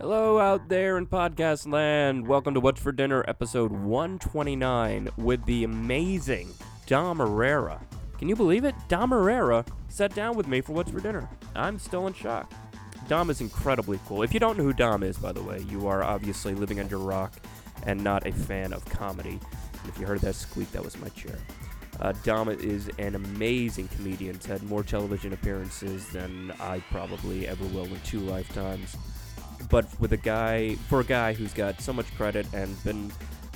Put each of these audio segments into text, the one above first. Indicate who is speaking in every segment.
Speaker 1: Hello, out there in podcast land. Welcome to What's for Dinner, episode 129, with the amazing Dom Herrera. Can you believe it? Dom Herrera sat down with me for What's for Dinner. I'm still in shock. Dom is incredibly cool. If you don't know who Dom is, by the way, you are obviously living under a rock and not a fan of comedy. If you heard that squeak, that was my chair. Uh, Dom is an amazing comedian. He's had more television appearances than I probably ever will in two lifetimes. But with a guy, for a guy who's got so much credit and been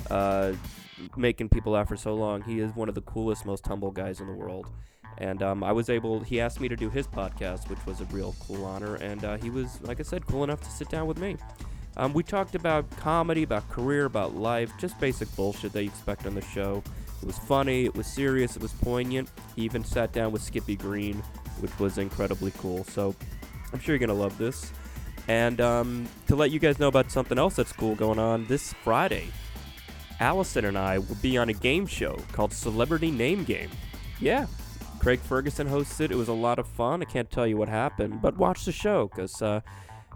Speaker 1: uh, making people laugh for so long, he is one of the coolest, most humble guys in the world. And um, I was able, he asked me to do his podcast, which was a real cool honor. And uh, he was, like I said, cool enough to sit down with me. Um, we talked about comedy, about career, about life, just basic bullshit that you expect on the show. It was funny, it was serious, it was poignant. He even sat down with Skippy Green, which was incredibly cool. So I'm sure you're going to love this. And um, to let you guys know about something else that's cool going on this Friday, Allison and I will be on a game show called Celebrity Name Game. Yeah. Craig Ferguson hosts it. It was a lot of fun. I can't tell you what happened, but watch the show because uh,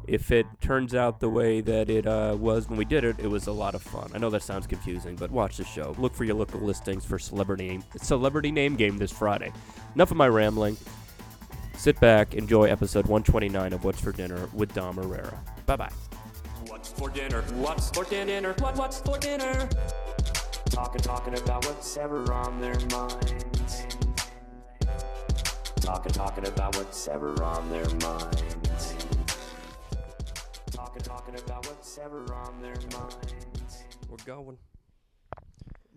Speaker 1: if it turns out the way that it uh, was when we did it, it was a lot of fun. I know that sounds confusing, but watch the show. Look for your local listings for celebrity name, celebrity name game this Friday. Enough of my rambling. Sit back, enjoy episode 129 of What's for Dinner with Dom Herrera. Bye bye.
Speaker 2: What's for dinner? What's for dinner? What, what's for dinner? Talking, talking about what's ever on their minds. Talking, talking about what's ever on their minds. Talking, talking about what's ever on their minds.
Speaker 1: We're going.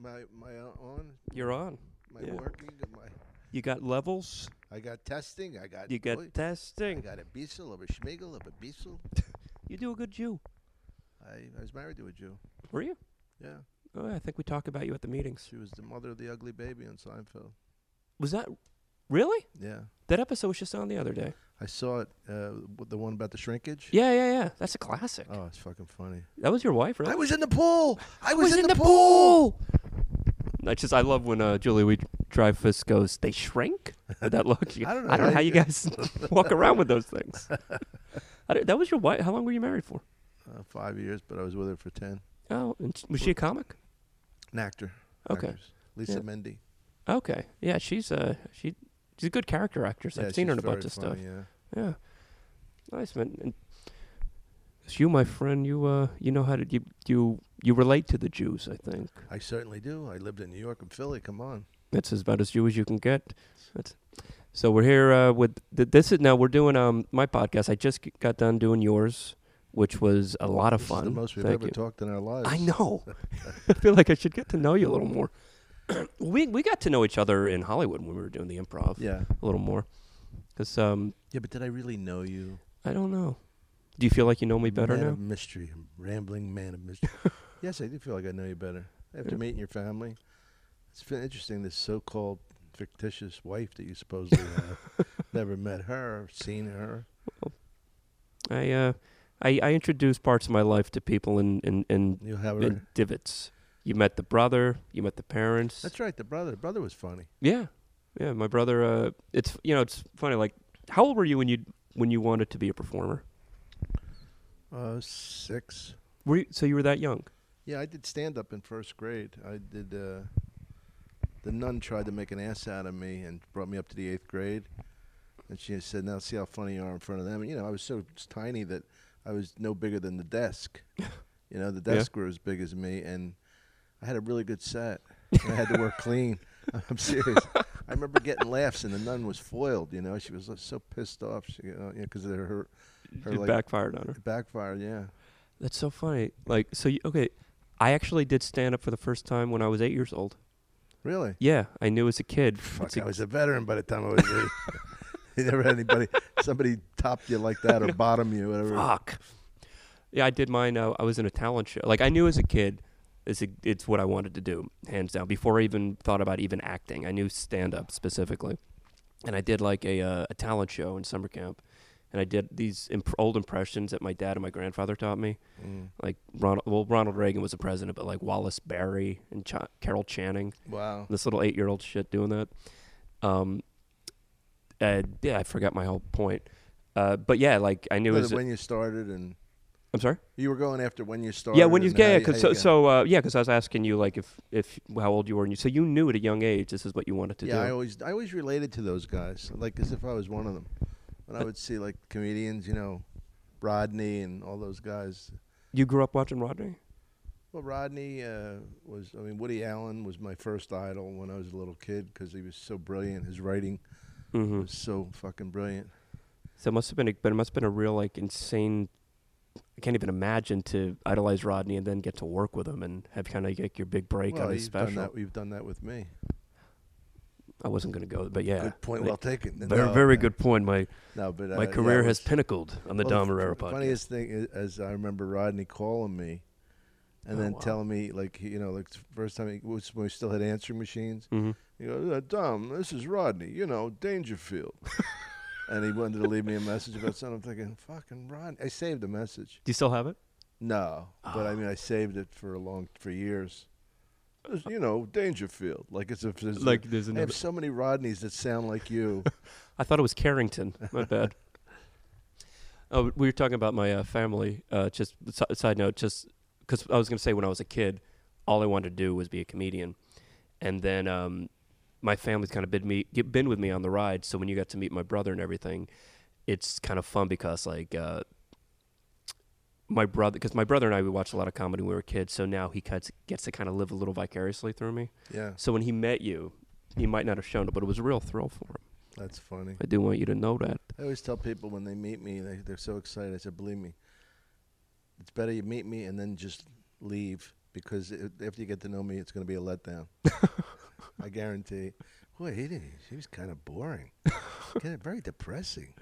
Speaker 3: My my on
Speaker 1: You're on.
Speaker 3: my
Speaker 1: Yeah.
Speaker 3: working my
Speaker 1: You got levels.
Speaker 3: I got testing I got
Speaker 1: You got
Speaker 3: oi, I
Speaker 1: testing.
Speaker 3: got a bezel of a schmigel of a bezel.
Speaker 1: you do a good Jew.
Speaker 3: I, I was married to a Jew.
Speaker 1: Were you?
Speaker 3: Yeah,
Speaker 1: Oh, I think we talk about you at the meetings.
Speaker 3: she was the mother of the ugly baby on Seinfeld.
Speaker 1: Was that really?
Speaker 3: Yeah,
Speaker 1: That episode was just on the other day.
Speaker 3: I saw it. Uh, with the one about the shrinkage.
Speaker 1: Yeah, yeah, yeah. That's a classic.
Speaker 3: Oh, it's fucking funny.
Speaker 1: That was your wife, right?
Speaker 3: I was in the pool. I was,
Speaker 1: was in the pool. I just I love when uh, Julie we drive Fisk goes they shrink with that look. You-
Speaker 3: I don't know
Speaker 1: I don't know
Speaker 3: how
Speaker 1: how you
Speaker 3: you-
Speaker 1: guys walk around with those things. I don't- that was your wife. How long were you married for?
Speaker 3: Uh, five years, but I was with her for ten.
Speaker 1: Oh, and sh- was she a comic?
Speaker 3: An actor.
Speaker 1: Okay.
Speaker 3: actress. Lisa
Speaker 1: Yeah.
Speaker 3: Mendy.
Speaker 1: Okay, yeah, she's uh she she's a good character actress.
Speaker 3: Yeah,
Speaker 1: I've seen her in a
Speaker 3: she's
Speaker 1: bunch
Speaker 3: very
Speaker 1: of stuff.
Speaker 3: funny, Yeah.
Speaker 1: Yeah, nice man. And it's you, my friend. You uh you know how to you you you relate to the Jews. I think
Speaker 3: I certainly do. I lived in New York and Philly. Come on.
Speaker 1: that's as about as Jew as you can get. That's, so we're here uh, with th- this is now we're doing um my podcast. I just g- got done doing yours, which was a lot of
Speaker 3: This is
Speaker 1: fun.
Speaker 3: the most we've
Speaker 1: Thank
Speaker 3: ever
Speaker 1: you.
Speaker 3: talked in our lives.
Speaker 1: I know. I feel like I should get to know you a little more. we we got to know each other in Hollywood when we were doing the improv
Speaker 3: Yeah.
Speaker 1: a little more, because um
Speaker 3: Yeah, but did I really know you?
Speaker 1: I don't know. Do you feel like you know me better
Speaker 3: man
Speaker 1: now?
Speaker 3: Of mystery, rambling man of mystery. yes, I do feel like I know you better after
Speaker 1: Yeah.
Speaker 3: meeting your family. It's been interesting. This so-called fictitious wife that you supposedly have. Never met her, seen her.
Speaker 1: I uh, I, I introduce parts of my life to people in in, in,
Speaker 3: You have
Speaker 1: in
Speaker 3: her.
Speaker 1: divots. You met the brother. You met the parents.
Speaker 3: That's right. The brother. The brother was funny.
Speaker 1: yeah, yeah. My brother. Uh, it's you know it's funny. Like, how old were you when you when you wanted to be a performer?
Speaker 3: Uh, six.
Speaker 1: Were you, so you were that young?
Speaker 3: Yeah, I did stand up in first grade. I did. Uh, the nun tried to make an ass out of me and brought me up to the eighth grade, and she said, "Now see how funny you are in front of them." And, you know, I was so tiny that I was no bigger than the desk. You know, the
Speaker 1: Yeah.
Speaker 3: desk were as big as me, and I had a really good set. and I had to work clean. I'm serious. I remember getting laughs, and the nun was foiled. You know, she was so pissed off. She, you know, because of her, her
Speaker 1: it
Speaker 3: like
Speaker 1: backfired on her.
Speaker 3: it backfired. Yeah.
Speaker 1: That's so funny. Like, so you, okay, I actually did stand up for the first time when I was eight years old.
Speaker 3: Really.
Speaker 1: Yeah, I knew as a kid.
Speaker 3: Fuck,
Speaker 1: It's a-
Speaker 3: I was a veteran by the time I was eight. you never had anybody, somebody top you like that or bottom you, whatever.
Speaker 1: Fuck. Yeah, I did mine. Uh, I was in a talent show. Like I knew as a kid, it's a, it's what I wanted to do, hands down. Before I even thought about even acting, I knew stand up specifically, and I did like a uh, a talent show in summer camp, and I did these imp- old impressions that my dad and my grandfather taught me.
Speaker 3: Mm.
Speaker 1: Like Ronald, well, Ronald Reagan was the president, but like Wallace Barry and Ch- Carol Channing,
Speaker 3: Wow.
Speaker 1: this little eight year old shit doing that. Um, uh, yeah, I forgot my whole point. Uh, but yeah, like I knew
Speaker 3: But
Speaker 1: as a-
Speaker 3: when you started and
Speaker 1: I'm sorry.
Speaker 3: You were going after when you started.
Speaker 1: Yeah, when you
Speaker 3: and
Speaker 1: yeah,
Speaker 3: how
Speaker 1: yeah
Speaker 3: you-
Speaker 1: cause
Speaker 3: how
Speaker 1: so,
Speaker 3: you got-
Speaker 1: so uh, yeah, because I was asking you like if if how old you were, and you so you knew at a young age this is what you wanted to
Speaker 3: yeah, I
Speaker 1: do.
Speaker 3: always I always related to those guys, like as if I was one of them. When I would see like comedians, you know, Rodney and all those guys.
Speaker 1: you grew up watching Rodney.
Speaker 3: Well, Rodney uh, was, I mean, Woody Allen was my first idol when I was a little kid because he was so brilliant. His writing
Speaker 1: Mm-hmm.
Speaker 3: was so fucking brilliant.
Speaker 1: So it must have been, a, but it must have been a real like insane. I can't even imagine to idolize Rodney and then get to work with him and have kind of like your big break
Speaker 3: well,
Speaker 1: on his
Speaker 3: you've done
Speaker 1: special.
Speaker 3: that. You've done that with me.
Speaker 1: I wasn't gonna go, but yeah,
Speaker 3: Good point,
Speaker 1: Like,
Speaker 3: well taken.
Speaker 1: very
Speaker 3: No,
Speaker 1: very
Speaker 3: uh,
Speaker 1: good point. My
Speaker 3: No, but uh,
Speaker 1: my
Speaker 3: yeah,
Speaker 1: career
Speaker 3: it
Speaker 1: has
Speaker 3: was-
Speaker 1: pinnacled on the
Speaker 3: Well,
Speaker 1: Dom Herrera
Speaker 3: f-
Speaker 1: podcast.
Speaker 3: Funniest thing is, as I remember Rodney calling me, and
Speaker 1: Oh,
Speaker 3: then
Speaker 1: wow.
Speaker 3: telling me like he- you know like the first time he was when we still had answering machines.
Speaker 1: Mhm.
Speaker 3: He goes, uh, Dom, this is Rodney. You know Dangerfield. And he wanted to leave me a message about something. I'm thinking, fucking Rodney. I saved the message.
Speaker 1: Do you still have it?
Speaker 3: No,
Speaker 1: Ah.
Speaker 3: but I mean, I saved it for a long, for years. It's, You know, Dangerfield. Like it's a, there's a-
Speaker 1: Like there's
Speaker 3: I
Speaker 1: another.
Speaker 3: have so many Rodneys that sound like you.
Speaker 1: I thought it was Carrington. My bad. Oh, we were talking about my uh, family. Uh, just si- side note, just because I was going to say when I was a kid, all I wanted to do was be a comedian, and then um, my family's kind of been me get, been with me on the ride. So when you got to meet my brother and everything, it's kind of fun because like uh, my brother, because my brother and I we watched a lot of comedy when we were kids. So now he cuts, gets to kind of live a little vicariously through me.
Speaker 3: yeah,
Speaker 1: So when he met you, he might not have shown it, but it was a real thrill for him.
Speaker 3: that's funny.
Speaker 1: I do want you to know that.
Speaker 3: I always tell people when they meet me, they, they're so excited. I said, believe me, it's better you meet me and then just leave because it, after you get to know me, it's going to be a letdown. I guarantee. Boy, he didn't. She was kind of boring. kind of very depressing.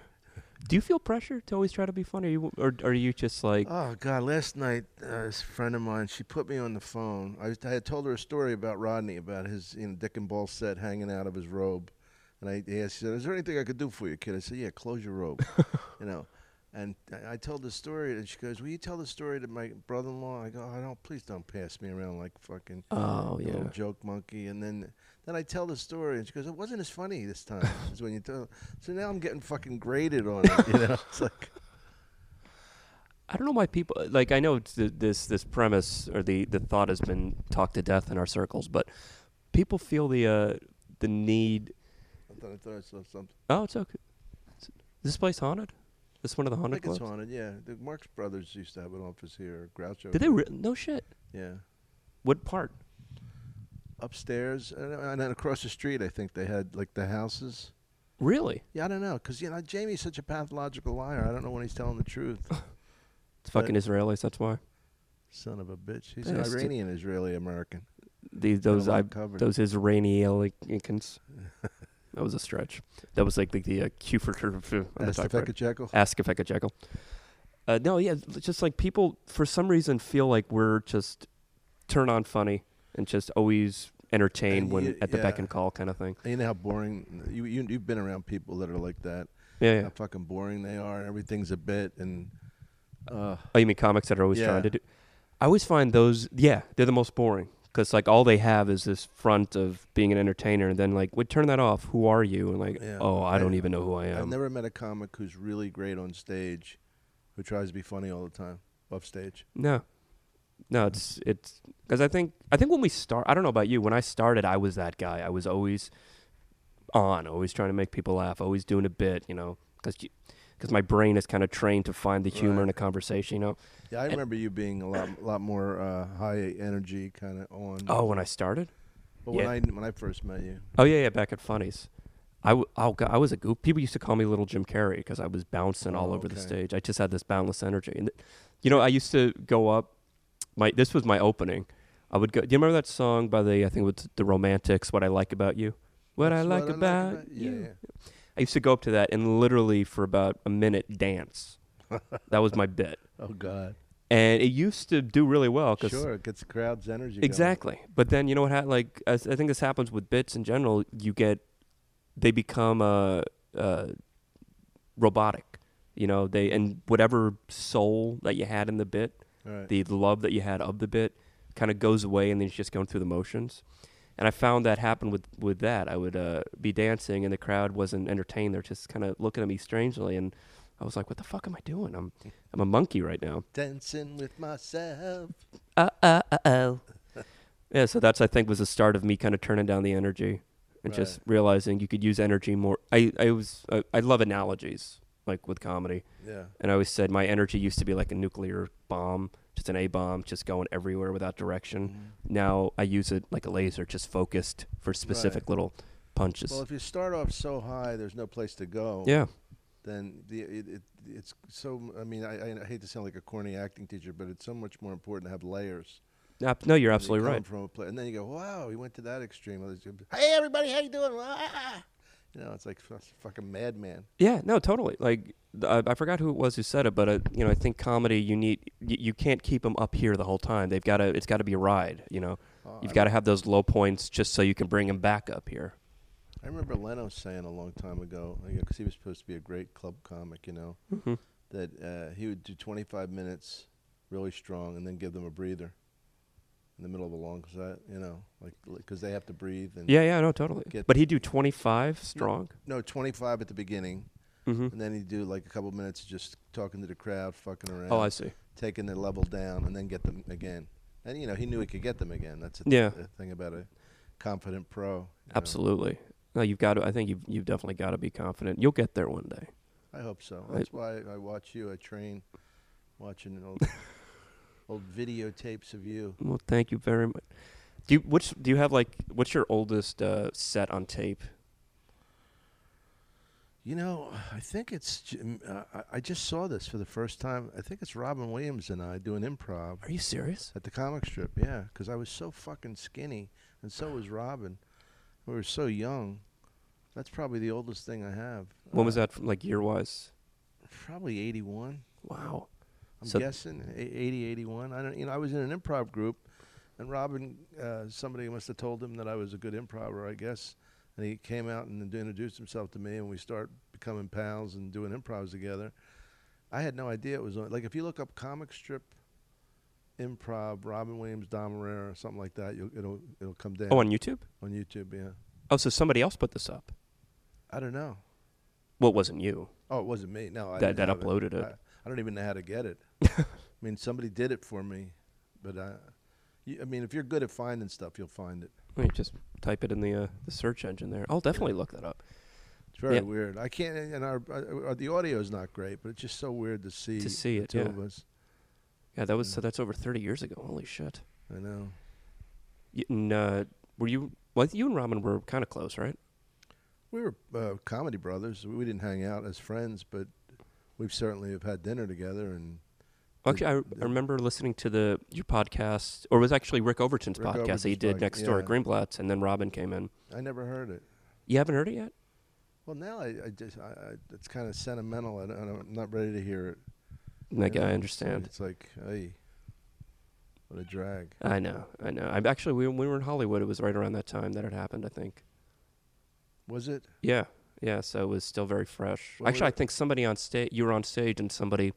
Speaker 1: Do you feel pressure to always try to be funny, or, you, or are you just like,
Speaker 3: Oh God! Last night, uh, this friend of mine, she put me on the phone. I, was, I had told her a story about Rodney, about his you know dick and ball set hanging out of his robe, and I he asked, she said, "Is there anything I could do for you, kid?" I said, "Yeah, close your robe," you know. And I- I told the story, and she goes, "Will you tell the story to my brother-in-law?" I go, "Oh, don't, please don't pass me around like fucking
Speaker 1: oh
Speaker 3: a little joke monkey." And then then I tell the story, and she goes, "It wasn't as funny this time." is when you tell. So now I'm getting fucking graded on it. You know, it's like.
Speaker 1: I don't know why people like. I know it's th- this this premise or the the thought has been talked to death in our circles, but people feel the uh, the need.
Speaker 3: I thought I thought I saw something.
Speaker 1: Oh, it's okay. Is this place haunted? This one of the
Speaker 3: I
Speaker 1: haunted
Speaker 3: think it's
Speaker 1: clubs.
Speaker 3: haunted, yeah. The Marx Brothers used to have an office here, Groucho.
Speaker 1: Did they? Re- no shit.
Speaker 3: Yeah.
Speaker 1: What part?
Speaker 3: Upstairs, and, and then across the street, I think they had like the houses.
Speaker 1: Really?
Speaker 3: Yeah, I don't know, because you know Jamie's such a pathological liar. I don't know when he's telling the truth.
Speaker 1: It's fucking Israelis. That's why
Speaker 3: Son of a bitch, he's an
Speaker 1: Bastard.
Speaker 3: Iranian Israeli American.
Speaker 1: these those
Speaker 3: lot
Speaker 1: I,
Speaker 3: covered.
Speaker 1: those Israelicans. that was a stretch. That was like the, the uh, Q for on the
Speaker 3: That's the
Speaker 1: typewriter.
Speaker 3: Fecacheckle.
Speaker 1: Ask if I could Jekyll. Uh, no, yeah, it's just like people for some reason feel like we're just turn on funny and just always entertain
Speaker 3: And
Speaker 1: when
Speaker 3: you-
Speaker 1: at the beck
Speaker 3: yeah.
Speaker 1: and call kind of thing.
Speaker 3: You know how boring you, you you've been around people that are like that.
Speaker 1: Yeah, yeah.
Speaker 3: How fucking boring they are. and Everything's a bit, and uh,
Speaker 1: Oh, you mean comics that are always
Speaker 3: Yeah.
Speaker 1: trying to do? I always find those. Yeah, they're the most boring because like all they have is this front of being an entertainer, and then like, would turn that off. Who are you? And like,
Speaker 3: Yeah.
Speaker 1: oh, I,
Speaker 3: I-
Speaker 1: don't even know who I
Speaker 3: I've
Speaker 1: am.
Speaker 3: never met a comic who's really great on stage, who tries to be funny all the time off stage.
Speaker 1: No, no, it's it's because I think I think when we start, I don't know about you. When I started, I was that guy. I was always on, always trying to make people laugh, always doing a bit, you know, because because my brain is kind of trained to find the humor in a conversation, you know.
Speaker 3: Yeah, I remember you being a lot, lot more uh, high energy, kind of on.
Speaker 1: Oh, when I started,
Speaker 3: but when
Speaker 1: yeah.
Speaker 3: I when I first met you,
Speaker 1: oh yeah, yeah, back at Funnies. I, w- oh, God, I was a goof. People used to call me Little Jim Carrey because I was bouncing all
Speaker 3: Oh,
Speaker 1: over the
Speaker 3: okay.
Speaker 1: stage. I just had this boundless energy, and th- you know, I used to go up. My this was my opening. I would go. Do you remember that song by the I think it was the Romantics? What I like about you. What I
Speaker 3: That's
Speaker 1: like about,
Speaker 3: yeah,
Speaker 1: you.
Speaker 3: yeah.
Speaker 1: I used to go up to that and literally for about a minute dance. that was my bit,
Speaker 3: Oh God,
Speaker 1: and it used to do really well because
Speaker 3: sure, it gets the crowd's energy. going.
Speaker 1: Exactly. But then you know what? Ha- like I, s- I think this happens with bits in general. You get they become uh, uh, robotic. You know they and whatever soul that you had in the bit,
Speaker 3: All right.
Speaker 1: the love that you had of the bit, kind of goes away, and then it's just going through the motions. And I found that happened with with that. I would uh, be dancing, and the crowd wasn't entertained. They're just kind of looking at me strangely, and I was like, what the fuck am I doing? I'm I'm a monkey right now.
Speaker 3: Dancing with myself.
Speaker 1: Uh uh uh oh. yeah, so that's I think was the start of me kind of turning down the energy and just realizing you could use energy more. I I was I, I love analogies like with comedy,
Speaker 3: Yeah.
Speaker 1: and I always said my energy used to be like a nuclear bomb, just an A bomb, just going everywhere without direction.
Speaker 3: Mm-hmm.
Speaker 1: Now I use it like a laser, just focused for specific little punches.
Speaker 3: Well, if you start off so high, there's no place to go.
Speaker 1: yeah,
Speaker 3: Then the it, it, it's so. I mean, I, I hate to sound like a corny acting teacher, but it's so much more important to have layers.
Speaker 1: Ab- no, you're
Speaker 3: You
Speaker 1: absolutely
Speaker 3: come
Speaker 1: right.
Speaker 3: From a pla- and then you go, wow, he went to that extreme. Others go, Hey, everybody, how you doing? Ah!" You know, it's like f- fucking madman.
Speaker 1: Yeah, no, totally. Like th- I, I forgot who it was who said it, but uh, you know, I think comedy you need you, you can't keep them up here the whole time. They've got to it's got to be a ride, you know.
Speaker 3: Oh,
Speaker 1: You've got to have those low points just so you can bring them back up here.
Speaker 3: I remember Leno saying a long time ago, because he was supposed to be a great club comic, you know,
Speaker 1: Mm-hmm.
Speaker 3: that uh, he would do 25 minutes really strong and then give them a breather in the middle of a long set, you know, like because they have to breathe. And,
Speaker 1: Yeah, yeah, no, totally.
Speaker 3: Get-
Speaker 1: but he do 25 strong.
Speaker 3: No, 25 at the beginning,
Speaker 1: Mhm.
Speaker 3: and then he'd do like a couple minutes of just talking to the crowd, fucking around,
Speaker 1: Oh, I see.
Speaker 3: taking the level down, and then get them again. And you know, he knew he could get them again. That's the
Speaker 1: Yeah.
Speaker 3: the thing about a confident pro. you know.
Speaker 1: Absolutely. No, you've got to I think you've you've definitely got to be confident. You'll get there one day.
Speaker 3: I hope so.
Speaker 1: I-
Speaker 3: That's why I watch you. I train watching old old videotapes of you.
Speaker 1: Well, thank you very much. Do you which do you have like what's your oldest uh, set on tape?
Speaker 3: You know, I think it's. j- m- Uh, I- I just saw this for the first time. I think it's Robin Williams and I doing improv
Speaker 1: Are you serious?
Speaker 3: at the comic strip. Yeah, because I was so fucking skinny, and so was Robin. We were so young. That's probably the oldest thing I have.
Speaker 1: When was
Speaker 3: Uh,
Speaker 1: that from, like year wise?
Speaker 3: Probably eighty-one.
Speaker 1: Wow.
Speaker 3: I'm
Speaker 1: So-
Speaker 3: guessing a- 80, 81. I don't, you know, I was in an improv group, and Robin, uh, somebody must have told him that I was a good improver, I guess, and he came out and d- introduced himself to me, and we start becoming pals and doing improvs together. I had no idea it was on. Like if you look up comic strip, improv, Robin Williams, Don Herrera, something like that, you'll, it'll it'll come down
Speaker 1: Oh, on YouTube?
Speaker 3: on YouTube. Yeah,
Speaker 1: Oh, so somebody else put this up.
Speaker 3: I don't know.
Speaker 1: Well, it wasn't you.
Speaker 3: Oh, it wasn't me. No, I
Speaker 1: That-
Speaker 3: didn't
Speaker 1: that
Speaker 3: have
Speaker 1: uploaded it.
Speaker 3: I, I don't even know how to get it. I mean, somebody did it for me, but I, you, I mean, if you're good at finding stuff, you'll find it.
Speaker 1: Wait, just type it in the uh, the search engine there. I'll definitely look that up
Speaker 3: It's very
Speaker 1: Yeah.
Speaker 3: weird. I can't, and our, our the audio is not great, but it's just so weird to see
Speaker 1: to see
Speaker 3: the
Speaker 1: it.
Speaker 3: two
Speaker 1: Yeah.
Speaker 3: of us.
Speaker 1: yeah, that was so. That's over thirty years ago. Holy shit.
Speaker 3: I know.
Speaker 1: You, and, uh, were you? Well, you and Robin were kind of close, right?
Speaker 3: We were uh, comedy brothers. We didn't hang out as friends, but we certainly have had dinner together. And
Speaker 1: Actually, I,
Speaker 3: the-
Speaker 1: I remember listening to the your podcast, or it was actually Rick Overton's
Speaker 3: Rick
Speaker 1: podcast that he
Speaker 3: Overton's
Speaker 1: did
Speaker 3: podca-
Speaker 1: next door at
Speaker 3: yeah.
Speaker 1: Greenblatt's, and then Robin came in.
Speaker 3: I never heard it.
Speaker 1: You haven't heard it yet?
Speaker 3: Well, now I, I just, I, I, it's kind of sentimental. I don't, I'm not ready to hear it.
Speaker 1: Like,
Speaker 3: Yeah,
Speaker 1: I
Speaker 3: so
Speaker 1: understand.
Speaker 3: It's like, hey, what a drag.
Speaker 1: I know, I know. I actually we, we were in Hollywood. It was right around that time that it happened. I think.
Speaker 3: Was it?
Speaker 1: Yeah, yeah. So it was still very fresh.
Speaker 3: What were
Speaker 1: Actually, I
Speaker 3: the-
Speaker 1: think somebody on stage, you were on stage, and somebody,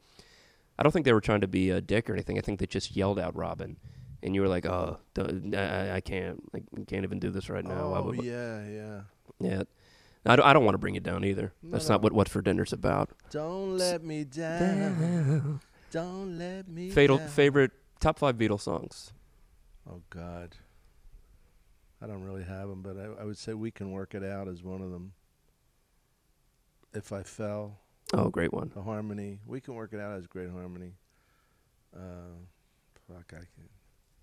Speaker 1: I don't think they were trying to be a dick or anything. I think they just yelled out Robin, and you were like, "Oh, don't- I, I- I can't, I can't even do this right now." Why
Speaker 3: oh,
Speaker 1: would-
Speaker 3: yeah, yeah.
Speaker 1: yeah. I don't, I don't want to bring it down either.
Speaker 3: No,
Speaker 1: That's
Speaker 3: no.
Speaker 1: not what What's for Dinner's about.
Speaker 3: Don't let me down. Don't let me
Speaker 1: Fatal
Speaker 3: down.
Speaker 1: favorite top five Beatles songs.
Speaker 3: Oh, God. I don't really have them, but I, I would say We Can Work It Out is one of them. If I Fell,
Speaker 1: Oh, great one.
Speaker 3: the harmony. We Can Work It Out is great harmony. Uh, fuck, I can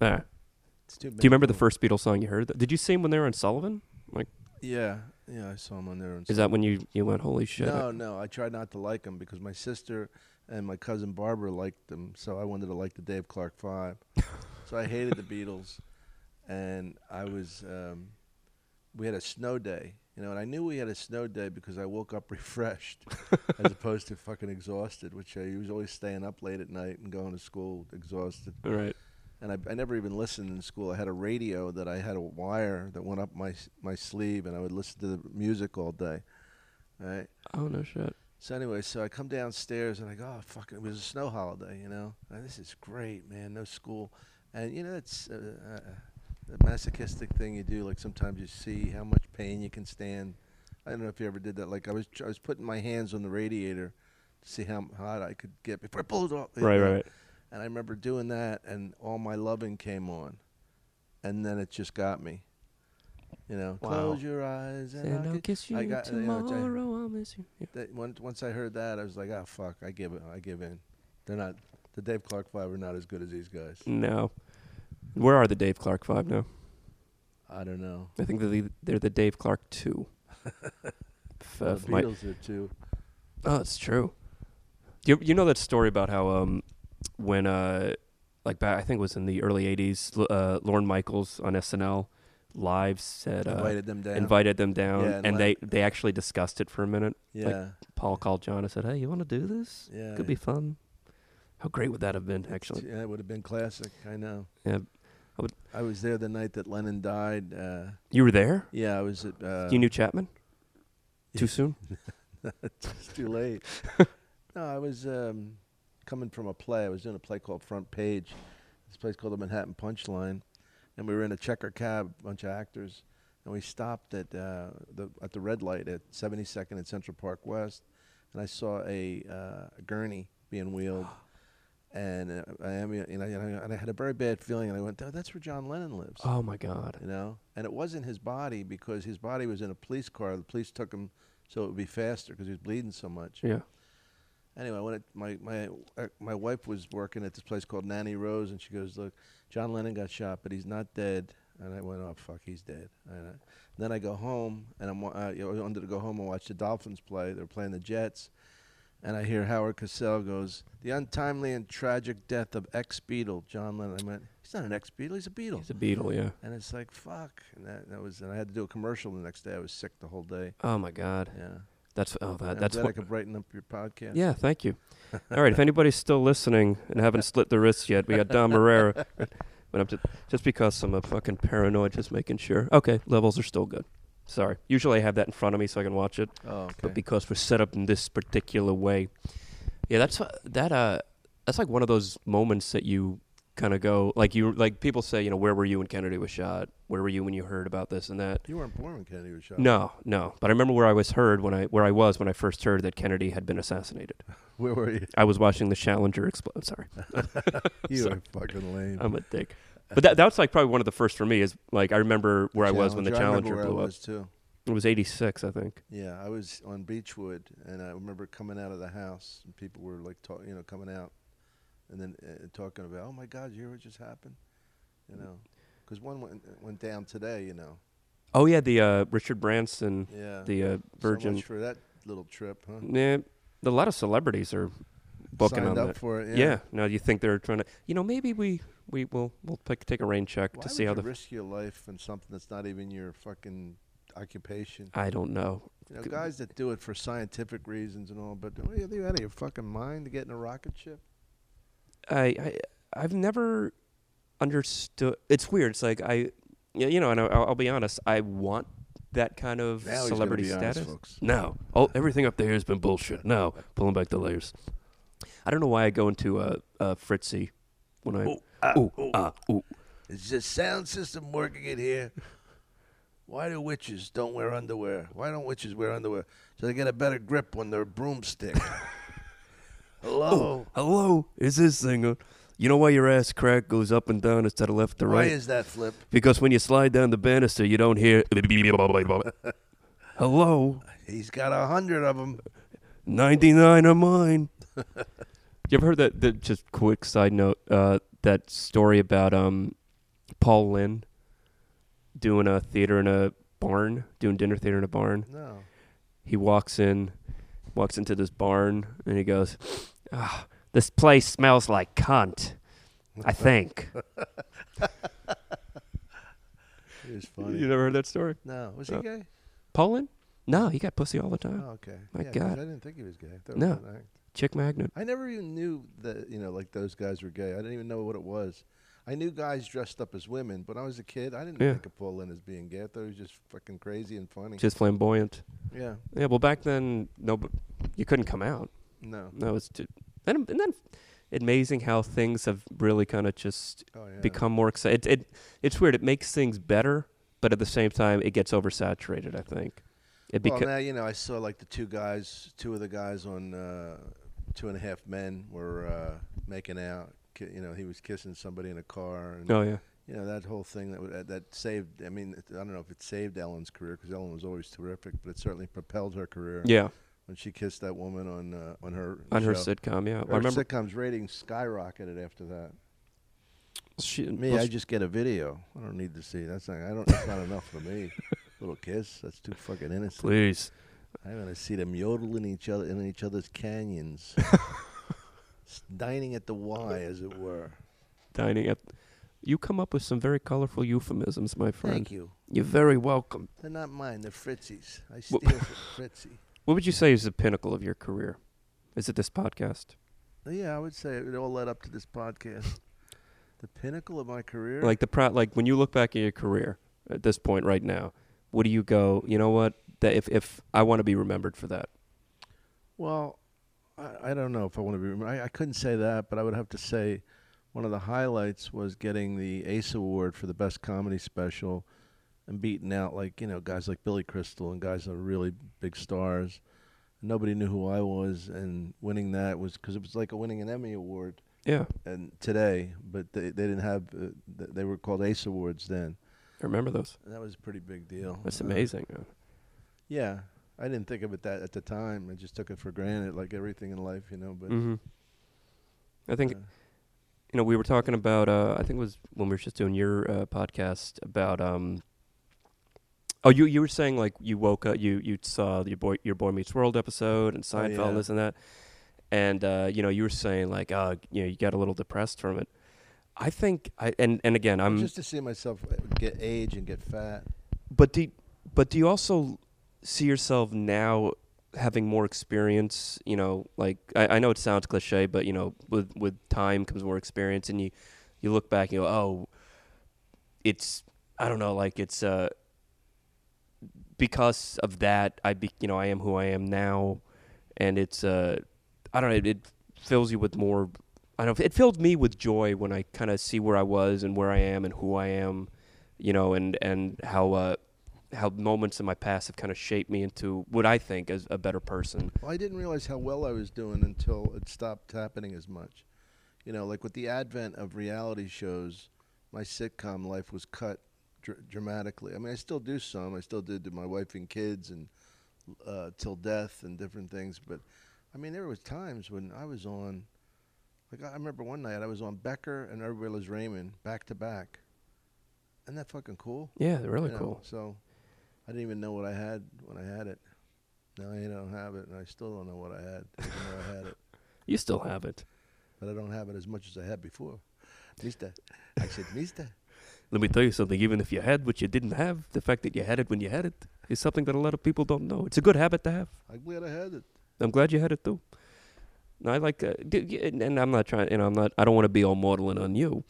Speaker 1: All right.
Speaker 3: It's too
Speaker 1: Do you remember the first Beatles song you heard? Did you see 'em when they were on Sullivan?
Speaker 3: Yeah, yeah, I saw him on there. and
Speaker 1: Is that when you, you went, holy shit?
Speaker 3: No, no. I tried not to like them because my sister and my cousin Barbara liked them, so I wanted to like the Dave Clark Five. so I hated the Beatles, and I was. Um, we had a snow day, you know, and I knew we had a snow day because I woke up refreshed, as opposed to fucking exhausted, which I was always staying up late at night and going to school exhausted
Speaker 1: All right.
Speaker 3: and I, I never even listened in school. I had a radio that I had a wire that went up my s- my sleeve, and I would listen to the music all day. Right.
Speaker 1: Oh, no shit.
Speaker 3: So anyway, so I come downstairs and I go, oh fuck, it was a snow holiday, you know. And this is great, man. No school, and you know that's uh, uh, a masochistic thing you do. Like sometimes you see how much pain you can stand. I don't know if you ever did that. Like I was, tr- I was putting my hands on the radiator see how hot I could get before I pulled off. you
Speaker 1: Right,
Speaker 3: know.
Speaker 1: right, right.
Speaker 3: And I remember doing that, and all my loving came on, and then it just got me. You know,
Speaker 1: Wow.
Speaker 3: close your eyes and, I'll get-
Speaker 1: kiss
Speaker 3: I got- you know, it's- I-
Speaker 1: I'll miss you.
Speaker 3: that, once, once I heard that, I was like, oh fuck, I give I give in. They're not the Dave Clark Five are not as good as these guys.
Speaker 1: No. Where are the Dave Clark 5 now?
Speaker 3: I don't know.
Speaker 1: I think they're the, they're the Dave Clark 2. F- uh,
Speaker 3: The
Speaker 1: f- my-
Speaker 3: Beatles are too.
Speaker 1: Oh, it's true. You you know that story about how um when uh like back, I think it was in the early '80s, L- uh, Lorne Michaels on SNL live said uh,
Speaker 3: Invited them down.
Speaker 1: invited them down,
Speaker 3: Yeah, and
Speaker 1: and
Speaker 3: let-
Speaker 1: they they actually discussed it for a minute.
Speaker 3: yeah,
Speaker 1: Paul called John and said, "Hey, you want to do this?
Speaker 3: yeah.
Speaker 1: Could be fun." How great would that have been? Actually,
Speaker 3: yeah, it would have been classic. I know.
Speaker 1: Yeah, I would-
Speaker 3: I was there the night that Lennon died. Uh,
Speaker 1: you were there.
Speaker 3: yeah, I was at. Uh,
Speaker 1: you knew Chapman. Too
Speaker 3: yeah.
Speaker 1: soon.
Speaker 3: It's too late. no, I was um, coming from a play. I was doing a play called Front Page. This place called the Manhattan Punchline, and we were in a checker cab, bunch of actors, and we stopped at uh, the at the red light at 72nd and Central Park West, and I saw a, uh, a gurney being wheeled. And uh, I am, you know, and I- and I had a very bad feeling, and I went, "Oh, "That's where John Lennon lives."
Speaker 1: Oh my God.
Speaker 3: you know and it wasn't his body because his body was in a police car the police took him so it would be faster because he was bleeding so much
Speaker 1: Yeah.
Speaker 3: anyway when it, my my uh, my wife was working at this place called nanny rose and she goes look john lennon got shot but he's not dead and i went oh fuck he's dead and I, then i go home and i'm wa- uh, you know, I wanted to go home and watch the dolphins play they're playing the jets and I hear Howard Cosell goes, "The untimely and tragic death of ex-Beatle John Lennon." I went, "He's not an ex-Beatle; he's a Beatle."
Speaker 1: He's a Beatle. Yeah.
Speaker 3: And it's like fuck, and that, that was, and I had to do a commercial the next day. I was sick the whole day.
Speaker 1: Oh my God.
Speaker 3: Yeah,
Speaker 1: That's oh that,
Speaker 3: I'm
Speaker 1: that's
Speaker 3: glad
Speaker 1: what
Speaker 3: I could brighten up your podcast.
Speaker 1: Yeah, thank you. All right, if anybody's still listening and haven't slit their wrists yet, we got Don Herrera. But I'm just, just because I'm a fucking paranoid, just making sure. Okay, levels are still good. Sorry. Usually I have that in front of me so I can watch it,
Speaker 3: Oh, okay.
Speaker 1: but because we're set up in this particular way, yeah, that's wha- that. Uh, that's like one of those moments that you kind of go like you like people say, you know, where were you when Kennedy was shot? Where were you when you heard about this and that?
Speaker 3: you weren't born when Kennedy was shot.
Speaker 1: No, no. But I remember where I was heard when I where I was when I first heard that Kennedy had been assassinated.
Speaker 3: where were you?
Speaker 1: I was watching the Challenger explode. Sorry,
Speaker 3: You were fucking lame.
Speaker 1: I'm a dick. Um, But that, that was like probably one of the first for me. Is like I remember where I was when the
Speaker 3: Challenge- I
Speaker 1: Challenger
Speaker 3: remember
Speaker 1: blew
Speaker 3: where
Speaker 1: up.
Speaker 3: I was too.
Speaker 1: It was '86, I think.
Speaker 3: Yeah, I was on Beechwood, and I remember coming out of the house, and people were like, talk, you know, coming out, and then uh, talking about, "Oh my God, you hear what just happened?" You know, because one went, went down today. You know,
Speaker 1: Oh yeah, the uh, Richard Branson,
Speaker 3: yeah.
Speaker 1: the uh,
Speaker 3: So
Speaker 1: Virgin.
Speaker 3: much for that little trip, huh?
Speaker 1: yeah, a lot of celebrities are booking
Speaker 3: Signed
Speaker 1: on
Speaker 3: up
Speaker 1: that.
Speaker 3: for it.
Speaker 1: yeah. No, you think they're trying to? You know, maybe we we will we'll pick, take a rain check
Speaker 3: Why
Speaker 1: to see
Speaker 3: would
Speaker 1: how
Speaker 3: you
Speaker 1: the.
Speaker 3: risk your life in something that's not even your fucking occupation?
Speaker 1: I don't know.
Speaker 3: You know,
Speaker 1: Good-
Speaker 3: guys that do it for scientific reasons and all, but are you, are you out of your fucking mind to get in a rocket ship?
Speaker 1: I, I I've never understood. It's weird. It's like I, y- you know, and I'll, I'll be honest. I want that kind of
Speaker 3: Now he's gonna
Speaker 1: celebrity
Speaker 3: be honest,
Speaker 1: status.
Speaker 3: folks.
Speaker 1: No, all everything up there has been bullshit. No, pulling back the layers. I don't know why I go into a, a fritzy when I. ooh, ah, ooh.
Speaker 3: Is this sound system working in here? Why do witches don't wear underwear? Why don't witches wear underwear? So they get a better grip when they're broomstick. Hello.
Speaker 1: Hello, is this thing? on? You know why your ass crack goes up and down instead of left to
Speaker 3: Why
Speaker 1: right?
Speaker 3: is that flip?
Speaker 1: because when you slide down the banister, you don't hear. Hello,
Speaker 3: He's got a hundred of them.
Speaker 1: 99 are mine. you ever heard that, that just quick side note uh, that story about um, Paul Lynn doing a theater in a barn, doing dinner theater in a barn?
Speaker 3: No.
Speaker 1: He walks in, walks into this barn, and he goes, ah, "This place smells like cunt." I think.
Speaker 3: It was funny.
Speaker 1: never heard that story?
Speaker 3: no. Was he
Speaker 1: Uh,
Speaker 3: gay?
Speaker 1: Paul Lynn? No, he got pussy all the time.
Speaker 3: Oh, okay.
Speaker 1: my
Speaker 3: Yeah, 'cause
Speaker 1: God.
Speaker 3: I didn't think he was gay. I thought it was
Speaker 1: No.
Speaker 3: an act.
Speaker 1: Chick magnet.
Speaker 3: I never even knew that you know like those guys were gay. I didn't even know what it was. I knew guys dressed up as women, but when I was a kid, I didn't
Speaker 1: Yeah.
Speaker 3: think of Paul Lynn as being gay. I thought he was just fucking crazy and funny.
Speaker 1: Just flamboyant.
Speaker 3: yeah,
Speaker 1: Yeah, well, back then, no, you couldn't come out.
Speaker 3: no.
Speaker 1: No, it's just, and, and then amazing how things have really kind of just
Speaker 3: Oh yeah.
Speaker 1: become more exciting. It, it it's weird. It makes things better, but at the same time, it gets oversaturated. I think it
Speaker 3: well,
Speaker 1: beca-
Speaker 3: now you know. I saw like the two guys, two of the guys on uh, two and a half men were uh, making out. Ki- You know, he was kissing somebody in a car. And,
Speaker 1: Oh yeah.
Speaker 3: You know that whole thing that wa- that- that saved. I mean, it- I don't know if it saved Ellen's career because Ellen was always terrific, but it certainly propelled her career.
Speaker 1: Yeah.
Speaker 3: When she kissed that woman on uh, on her
Speaker 1: On her
Speaker 3: show.
Speaker 1: sitcom, yeah.
Speaker 3: Her
Speaker 1: I remember
Speaker 3: sitcoms ratings skyrocketed after that.
Speaker 1: she,
Speaker 3: Me,
Speaker 1: well,
Speaker 3: I
Speaker 1: she-
Speaker 3: just get a video. I don't need to see. That's not. I don't. That's not enough for me. Little kiss. That's too fucking innocent.
Speaker 1: please.
Speaker 3: I want to see them yodeling each other in each other's canyons, S- dining at the Y, as it were.
Speaker 1: Dining at you come up with some very colorful euphemisms, my friend.
Speaker 3: Thank you.
Speaker 1: You're very welcome.
Speaker 3: They're not mine. They're Fritzy's. I steal
Speaker 1: Well-
Speaker 3: from Fritzy.
Speaker 1: What would you say is the pinnacle of your career? Is it this podcast?
Speaker 3: Yeah, I would say it all led up to this podcast. The pinnacle of my career.
Speaker 1: Like the pro- like when you look back at your career at this point right now, what do you go? You know what? That if if I want to be remembered for that,
Speaker 3: Well, I, I don't know if I want to be. remem- I, I couldn't say that, but I would have to say one of the highlights was getting the Ace Award for the best comedy special and beating out like you know guys like Billy Crystal and guys that are really big stars. Nobody knew who I was, and winning that was because it was like a winning an Emmy award
Speaker 1: yeah,
Speaker 3: and today, but they they didn't have uh, th- they were called Ace Awards then.
Speaker 1: I remember those.
Speaker 3: And that was a pretty big deal.
Speaker 1: That's
Speaker 3: Uh,
Speaker 1: amazing. man.
Speaker 3: yeah, I didn't think of it that at the time. I just took it for granted, like everything in life, you know. But
Speaker 1: Mhm. I think
Speaker 3: uh,
Speaker 1: you know we were talking about. Uh, I think it was when we were just doing your uh, podcast about. Um, oh, you you were saying like you woke up, you you saw your boy your Boy Meets World episode and Seinfeld
Speaker 3: Oh, yeah.
Speaker 1: and this and that, and uh, you know you were saying like uh, you know you got a little depressed from it. I think I and and again I'm
Speaker 3: just to see myself uh, get age and get fat.
Speaker 1: But do but do you also see yourself now having more experience? You know, like I, I know it sounds cliche, but you know, with with time comes more experience, and you you look back and you go, oh, it's I don't know, like it's uh because of that I be you know I am who I am now, and it's uh I don't know it, it fills you with more. I don't. know, It filled me with joy when I kind of see where I was and where I am and who I am, you know, and and how uh, how moments in my past have kind of shaped me into what I think is a better person.
Speaker 3: Well, I didn't realize how well I was doing until it stopped happening as much. You know, like with the advent of reality shows, my sitcom life was cut dr- dramatically. I mean, I still do some. I still did to my wife and kids and uh, till death and different things. But I mean, there was times when I was on. Like I I remember one night I was on Becker and Everybody Loves Raymond back to back. Isn't that fucking cool?
Speaker 1: Yeah, they're really
Speaker 3: you know,
Speaker 1: Oh, cool.
Speaker 3: So I didn't even know what I had when I had it. Now I don't have it, and I still don't know what I had. Even though I had it,
Speaker 1: You still have it.
Speaker 3: but I don't have it as much as I had before. Mister, I said, Mister,
Speaker 1: Let me tell you something. Even if you had what you didn't have, the fact that you had it when you had it is something that a lot of people don't know. It's a good habit to have.
Speaker 3: I'm glad I had it.
Speaker 1: I'm glad you had it too. No, I like, uh, d- y- and and I'm not trying, you know, I'm not, I don't want to be all maudlin on you,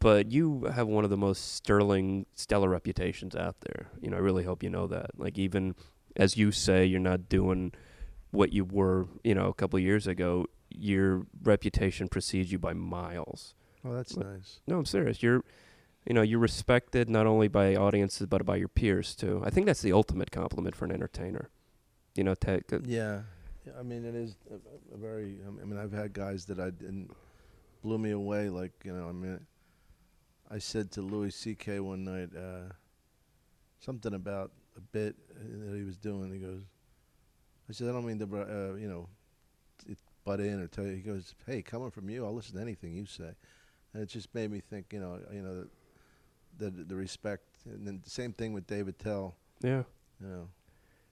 Speaker 1: but you have one of the most sterling, stellar reputations out there. You know, I really hope you know that. Like, even as you say, you're not doing what you were, you know, a couple of years ago. Your reputation precedes you by miles.
Speaker 3: Oh, that's
Speaker 1: Look.
Speaker 3: nice.
Speaker 1: No, I'm serious. You're, you know, you're respected not only by audiences but by your peers too. I think that's the ultimate compliment for an entertainer. You know, ta-
Speaker 3: Yeah, Yeah, I mean, it is a, a very. I mean- I mean, I've had guys that I didn't blew me away. Like you know, I mean, I said to Louis C.K. one night uh, something about a bit uh, that he was doing. He goes, I said, I don't mean to, br- uh, you know, t- butt in or tell you. He goes, Hey, coming from you, I'll listen to anything you say. And it just made me think, you know, you know, the the, the respect. And then the same thing with David Tell.
Speaker 1: yeah.
Speaker 3: You know,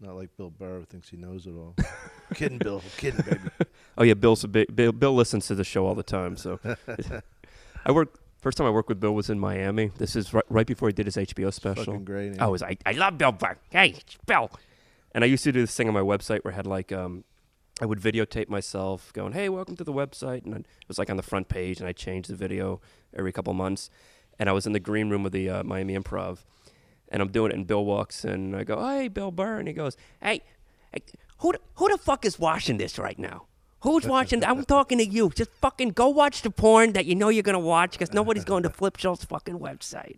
Speaker 3: not like Bill Burr who thinks he knows it all. kidding, Bill. Kidding, baby.
Speaker 1: Oh yeah, Bill's a big, Bill, Bill listens to the show all the time. So I work first time I worked with Bill was in Miami. This is right, right before he did his HBO special.
Speaker 3: Fucking great.
Speaker 1: I Oh, was like, I love Bill Burr. Hey, it's Bill. And I used to do this thing on my website where I had like, um, I would videotape myself going, hey, welcome to the website. And it was like on the front page, and I changed the video every couple months. And I was in the green room with the uh, Miami Improv, and I'm doing it, and Bill walks in, and I go, hey, Bill Burr. And he goes, hey, hey, who, the- who the fuck is watching this right now? Who's watching? I'm talking to you. Just fucking go watch the porn that you know you're gonna watch because nobody's going to Flip Schultz's fucking website.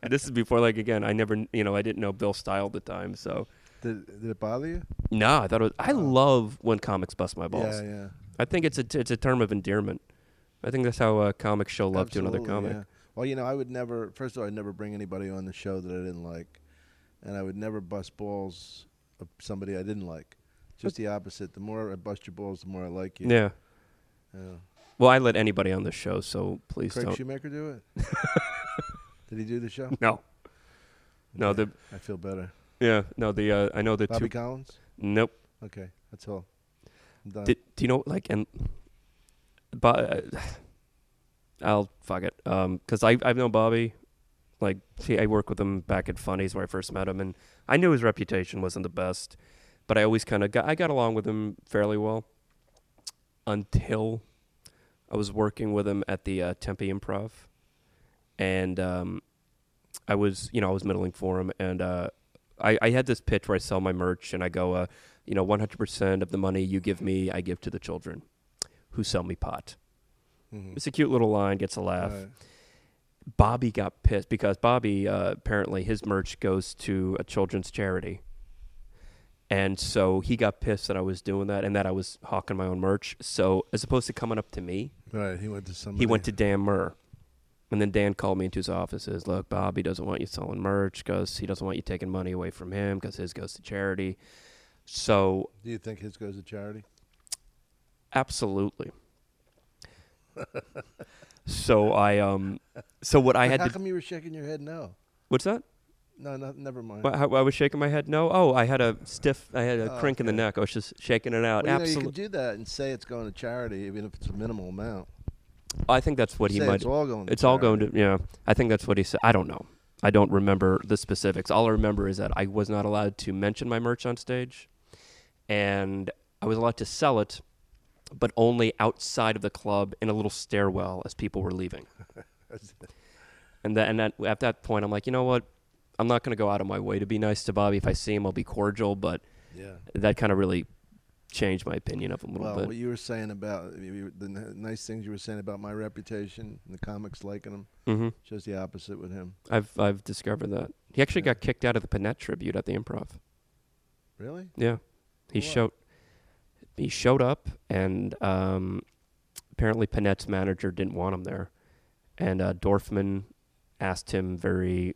Speaker 1: And this is before, like, again, I never, you know, I didn't know Bill Style at the time. So,
Speaker 3: Did, did it bother you?
Speaker 1: no, I thought it was, I love when comics bust my balls.
Speaker 3: Yeah, yeah.
Speaker 1: I think it's a it's a term of endearment. I think that's how uh, comics show love to another
Speaker 3: Absolutely,
Speaker 1: comic.
Speaker 3: yeah. Well, you know, I would never. First of all, I'd never bring anybody on the show that I didn't like, and I would never bust balls of somebody I didn't like. Just the opposite. The more I bust your balls, the more I like you.
Speaker 1: Yeah.
Speaker 3: Yeah.
Speaker 1: Well, I let anybody on this show, so please
Speaker 3: Craig
Speaker 1: don't.
Speaker 3: Shoemaker do it. Did he do the show?
Speaker 1: no. No,
Speaker 3: Yeah,
Speaker 1: the
Speaker 3: I feel better.
Speaker 1: yeah, no, the uh, I know the two.
Speaker 3: Bobby Collins.
Speaker 1: Nope.
Speaker 3: Okay, that's all. I'm done.
Speaker 1: Did, do you know like and but uh, I'll fuck it Um 'cause because I I've known Bobby like see I worked with him back at Funnies where I first met him and I knew his reputation wasn't the best but I always kind of got I got along with him fairly well until I was working with him at the uh, Tempe Improv and um I was you know I was middling for him and uh I, I had this pitch where I sell my merch and I go, uh, you know, 100% of the money you give me, I give to the children who sell me pot.
Speaker 3: Mhm.
Speaker 1: It's a cute little line, gets a
Speaker 3: All
Speaker 1: laugh.
Speaker 3: right.
Speaker 1: Bobby got pissed because Bobby, uh, apparently, his merch goes to a children's charity. And so he got pissed that I was doing that and that I was hawking my own merch. So as opposed to coming up to me,
Speaker 3: Right, he went to somebody.
Speaker 1: he went to Dan Murr. And then Dan called me into his office and says, Look, Bobby doesn't want you selling merch because he doesn't want you taking money away from him because his goes to charity. So,
Speaker 3: Do you think his goes to charity?
Speaker 1: absolutely. so I um so what I
Speaker 3: But
Speaker 1: had
Speaker 3: How
Speaker 1: to
Speaker 3: come you were shaking your head? No,
Speaker 1: what's that?
Speaker 3: no, no never mind.
Speaker 1: Why, how, I was shaking my head. No, oh, I had a stiff, I had a
Speaker 3: Oh,
Speaker 1: crink in the
Speaker 3: okay.
Speaker 1: neck. I was just shaking it out.
Speaker 3: Well, you know, you
Speaker 1: absolutely.
Speaker 3: could do that and say it's going to charity, even if it's a minimal amount.
Speaker 1: I think that's what he
Speaker 3: Say
Speaker 1: might.
Speaker 3: it's all going. To
Speaker 1: It's all
Speaker 3: charity.
Speaker 1: going to yeah. I think that's what he said. I don't know. I don't remember the specifics. All I remember is that I was not allowed to mention my merch on stage, and I was allowed to sell it, but only outside of the club in a little stairwell as people were leaving. and that and that, at that point, I'm like, you know what? I'm not going to go out of my way to be nice to Bobby. If I see him, I'll be cordial. But
Speaker 3: Yeah.
Speaker 1: that kind of really changed my opinion of him a little
Speaker 3: Well,
Speaker 1: bit.
Speaker 3: what you were saying about you- you- the n- nice things you were saying about my reputation and the comics liking him
Speaker 1: hmm
Speaker 3: shows the opposite with him.
Speaker 1: I've I've discovered that he actually
Speaker 3: Yeah.
Speaker 1: got kicked out of the Panette tribute at the Improv.
Speaker 3: Really?
Speaker 1: Yeah, he
Speaker 3: For what?
Speaker 1: showed. He showed up, and um, apparently Panette's manager didn't want him there, and uh, Dorfman asked him very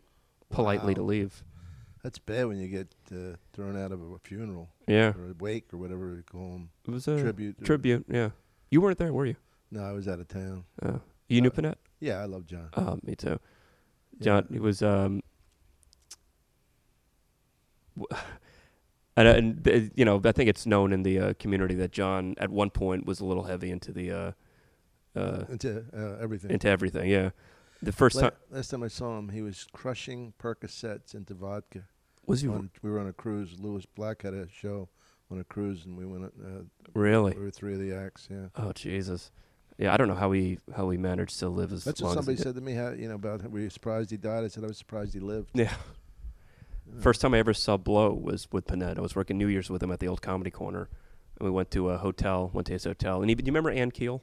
Speaker 1: politely to
Speaker 3: Wow.
Speaker 1: leave.
Speaker 3: That's bad when you get uh, thrown out of a funeral
Speaker 1: Yeah,
Speaker 3: or a wake or whatever you call them.
Speaker 1: it was a tribute.
Speaker 3: Tribute. or-
Speaker 1: Yeah, you weren't there, were you?
Speaker 3: No, I was out of town.
Speaker 1: Uh, you knew
Speaker 3: Uh,
Speaker 1: Panette?
Speaker 3: Yeah, I love John.
Speaker 1: Uh, me too.
Speaker 3: Yeah.
Speaker 1: John, it was um, w- and, and th- you know, I think it's known in the uh, community that John at one point was a little heavy into the uh, uh,
Speaker 3: Into uh, everything.
Speaker 1: into everything. Yeah, the first
Speaker 3: La-
Speaker 1: time
Speaker 3: last time I saw him, he was crushing Percocets into vodka.
Speaker 1: was you
Speaker 3: On, we were on a cruise. Lewis Black had a show on a cruise, and we went. Uh,
Speaker 1: really?
Speaker 3: we were three of the acts. Yeah.
Speaker 1: Oh Jesus, yeah. I don't know how he how he managed to live as
Speaker 3: That's
Speaker 1: long
Speaker 3: what somebody
Speaker 1: as he did.
Speaker 3: said to me. How, you know about how- were you surprised he died? I said I was surprised he lived.
Speaker 1: Yeah. First time I ever saw Blow was with Panetta. I was working New Year's with him at the old Comedy Corner, and we went to a hotel. Went to his hotel, and even do you remember Ann Keel?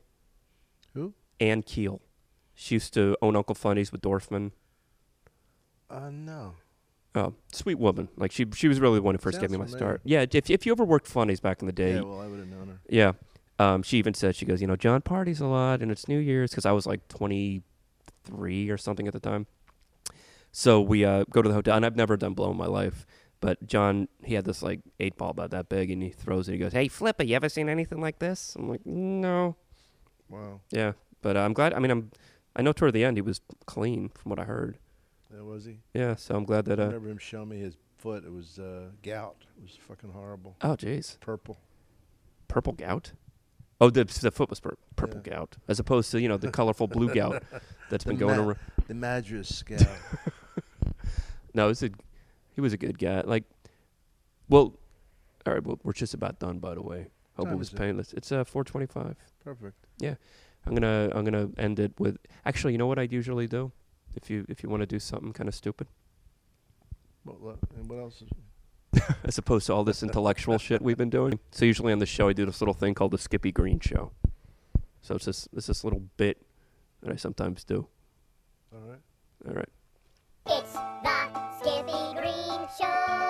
Speaker 3: Who?
Speaker 1: Ann Keel. She used to own Uncle Funny's with Dorfman.
Speaker 3: Uh, no.
Speaker 1: Oh, sweet woman. Like she, she was really the one who first gave me
Speaker 3: Sounds
Speaker 1: my
Speaker 3: familiar.
Speaker 1: start. Yeah, if if you ever worked Funnies back in the day,
Speaker 3: Yeah, well, I would have known her.
Speaker 1: Yeah. Um, she even said, she goes, you know, John parties a lot and it's New Year's because I was like 23 or something at the time. So we uh, go to the hotel and I've never done blow in my life. But John, he had this like eight ball about that big and he throws it. He goes, hey, Flippa, you ever seen anything like this? I'm like, no.
Speaker 3: Wow,
Speaker 1: Yeah. But uh, I'm glad. I mean, I'm, I know toward the end he was clean from what I heard.
Speaker 3: there was he.
Speaker 1: Yeah. So I'm glad that,
Speaker 3: I
Speaker 1: uh,
Speaker 3: remember him showing me his foot. It was uh, gout. It was fucking horrible.
Speaker 1: oh, jeez.
Speaker 3: Purple.
Speaker 1: Purple gout? Oh, the, the foot was pur- purple
Speaker 3: Yeah.
Speaker 1: gout as opposed to, you know, the colorful blue gout that's been
Speaker 3: The
Speaker 1: going
Speaker 3: ma-
Speaker 1: around.
Speaker 3: The Madras gout.
Speaker 1: No, it's a, he was a good guy. Like, well, all right, well, we're just about done, by the way. Hope it
Speaker 3: time
Speaker 1: was
Speaker 3: is it?
Speaker 1: painless. It's uh, 4:25.
Speaker 3: Perfect.
Speaker 1: I'm gonna I'm gonna end it with. Actually, you know what I usually do, if you if you want to do something kind of stupid,
Speaker 3: What, lo- and what else? Is,
Speaker 1: as opposed to all this intellectual shit we've been doing. So usually on the show, I do this little thing called the Skippy Green Show. So it's this it's this little bit that I sometimes do.
Speaker 3: all right.
Speaker 1: All right.
Speaker 4: It's the Skippy Green Show.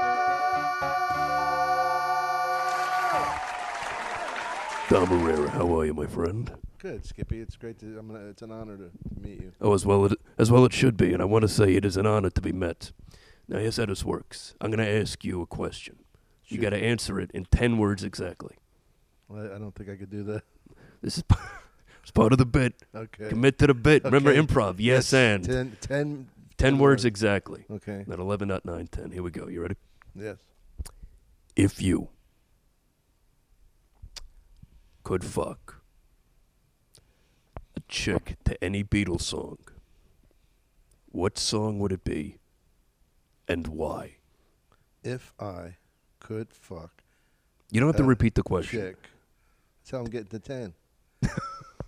Speaker 5: Don Herrera, how are you, my friend?
Speaker 3: Good, Skippy. It's great to. I'm gonna, it's an honor to meet you.
Speaker 5: Oh, as well it, as well it should be, and I want to say it is an honor to be met. Now, here's how this works. I'm going to ask you a question. You
Speaker 3: Shoot.
Speaker 5: got to answer it in ten words exactly.
Speaker 3: Well, I, I don't think I could do that.
Speaker 5: This is p- it's part of the bit.
Speaker 3: Okay.
Speaker 5: Commit to the bit. Remember
Speaker 3: Okay.
Speaker 5: improv. Yes, and ten
Speaker 3: Ten, ten,
Speaker 5: words Hmm. exactly.
Speaker 3: Okay.
Speaker 5: Not eleven. Not nine. Ten. Here we go. You ready?
Speaker 3: Yes.
Speaker 5: If you could fuck a chick to any Beatles song, what song would it be, and why?
Speaker 3: If I could fuck
Speaker 5: You don't have to
Speaker 3: Uh,
Speaker 5: repeat the question.
Speaker 3: chick, that's how I'm getting to ten.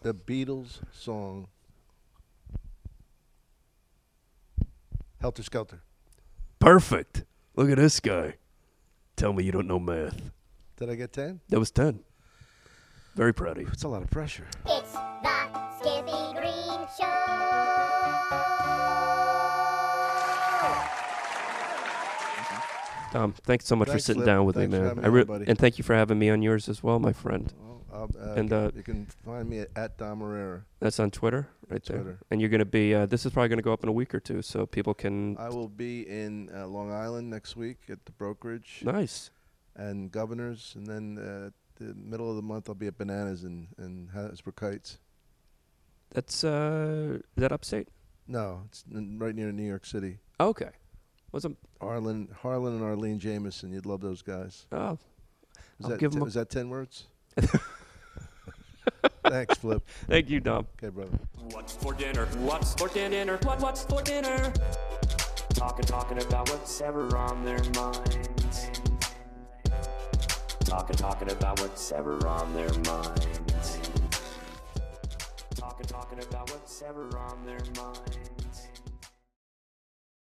Speaker 3: the Beatles song. Helter Skelter.
Speaker 5: Perfect. Look at this guy. Tell me you don't know math.
Speaker 3: Did I get ten?
Speaker 5: That was ten. Very proud of you.
Speaker 3: It's a lot of pressure.
Speaker 4: It's the Skippy Green Show.
Speaker 1: Tom, thanks so much
Speaker 3: Thanks,
Speaker 1: for sitting
Speaker 3: Lip.
Speaker 1: down with
Speaker 3: Thanks
Speaker 1: me,
Speaker 3: for
Speaker 1: man.
Speaker 3: having
Speaker 1: I
Speaker 3: me on, buddy.
Speaker 1: And thank you for having me on yours as well, my friend.
Speaker 3: Well, I'll, uh,
Speaker 1: And, uh,
Speaker 3: you can find me at, at Dom Herrera.
Speaker 1: That's on Twitter, right there.
Speaker 3: Twitter.
Speaker 1: And you're going to be. Uh, this is probably going to go up in a week or two, so people can.
Speaker 3: I will be in uh, Long Island next week at the brokerage
Speaker 1: nice.
Speaker 3: and Governors, and then uh, the middle of the month I'll be at Bananas and and Hasbro Kites.
Speaker 1: That's uh, is that upstate?
Speaker 3: No, it's n- right near New York City.
Speaker 1: Okay. Was not
Speaker 3: Arlen, Harlan and Arlene Jamison. You'd love those guys.
Speaker 1: Oh,
Speaker 3: Is
Speaker 1: I'll
Speaker 3: that
Speaker 1: give 'em
Speaker 3: t-
Speaker 1: a-
Speaker 3: was that ten words? Thanks, Flip.
Speaker 1: thank you, Dom.
Speaker 3: Okay, brother.
Speaker 2: What's for dinner? What's for dinner? What, what's for dinner? Talking, talking about what's ever on their minds. Talking, talking about what's ever on their minds. Talking, talking about what's ever on their minds.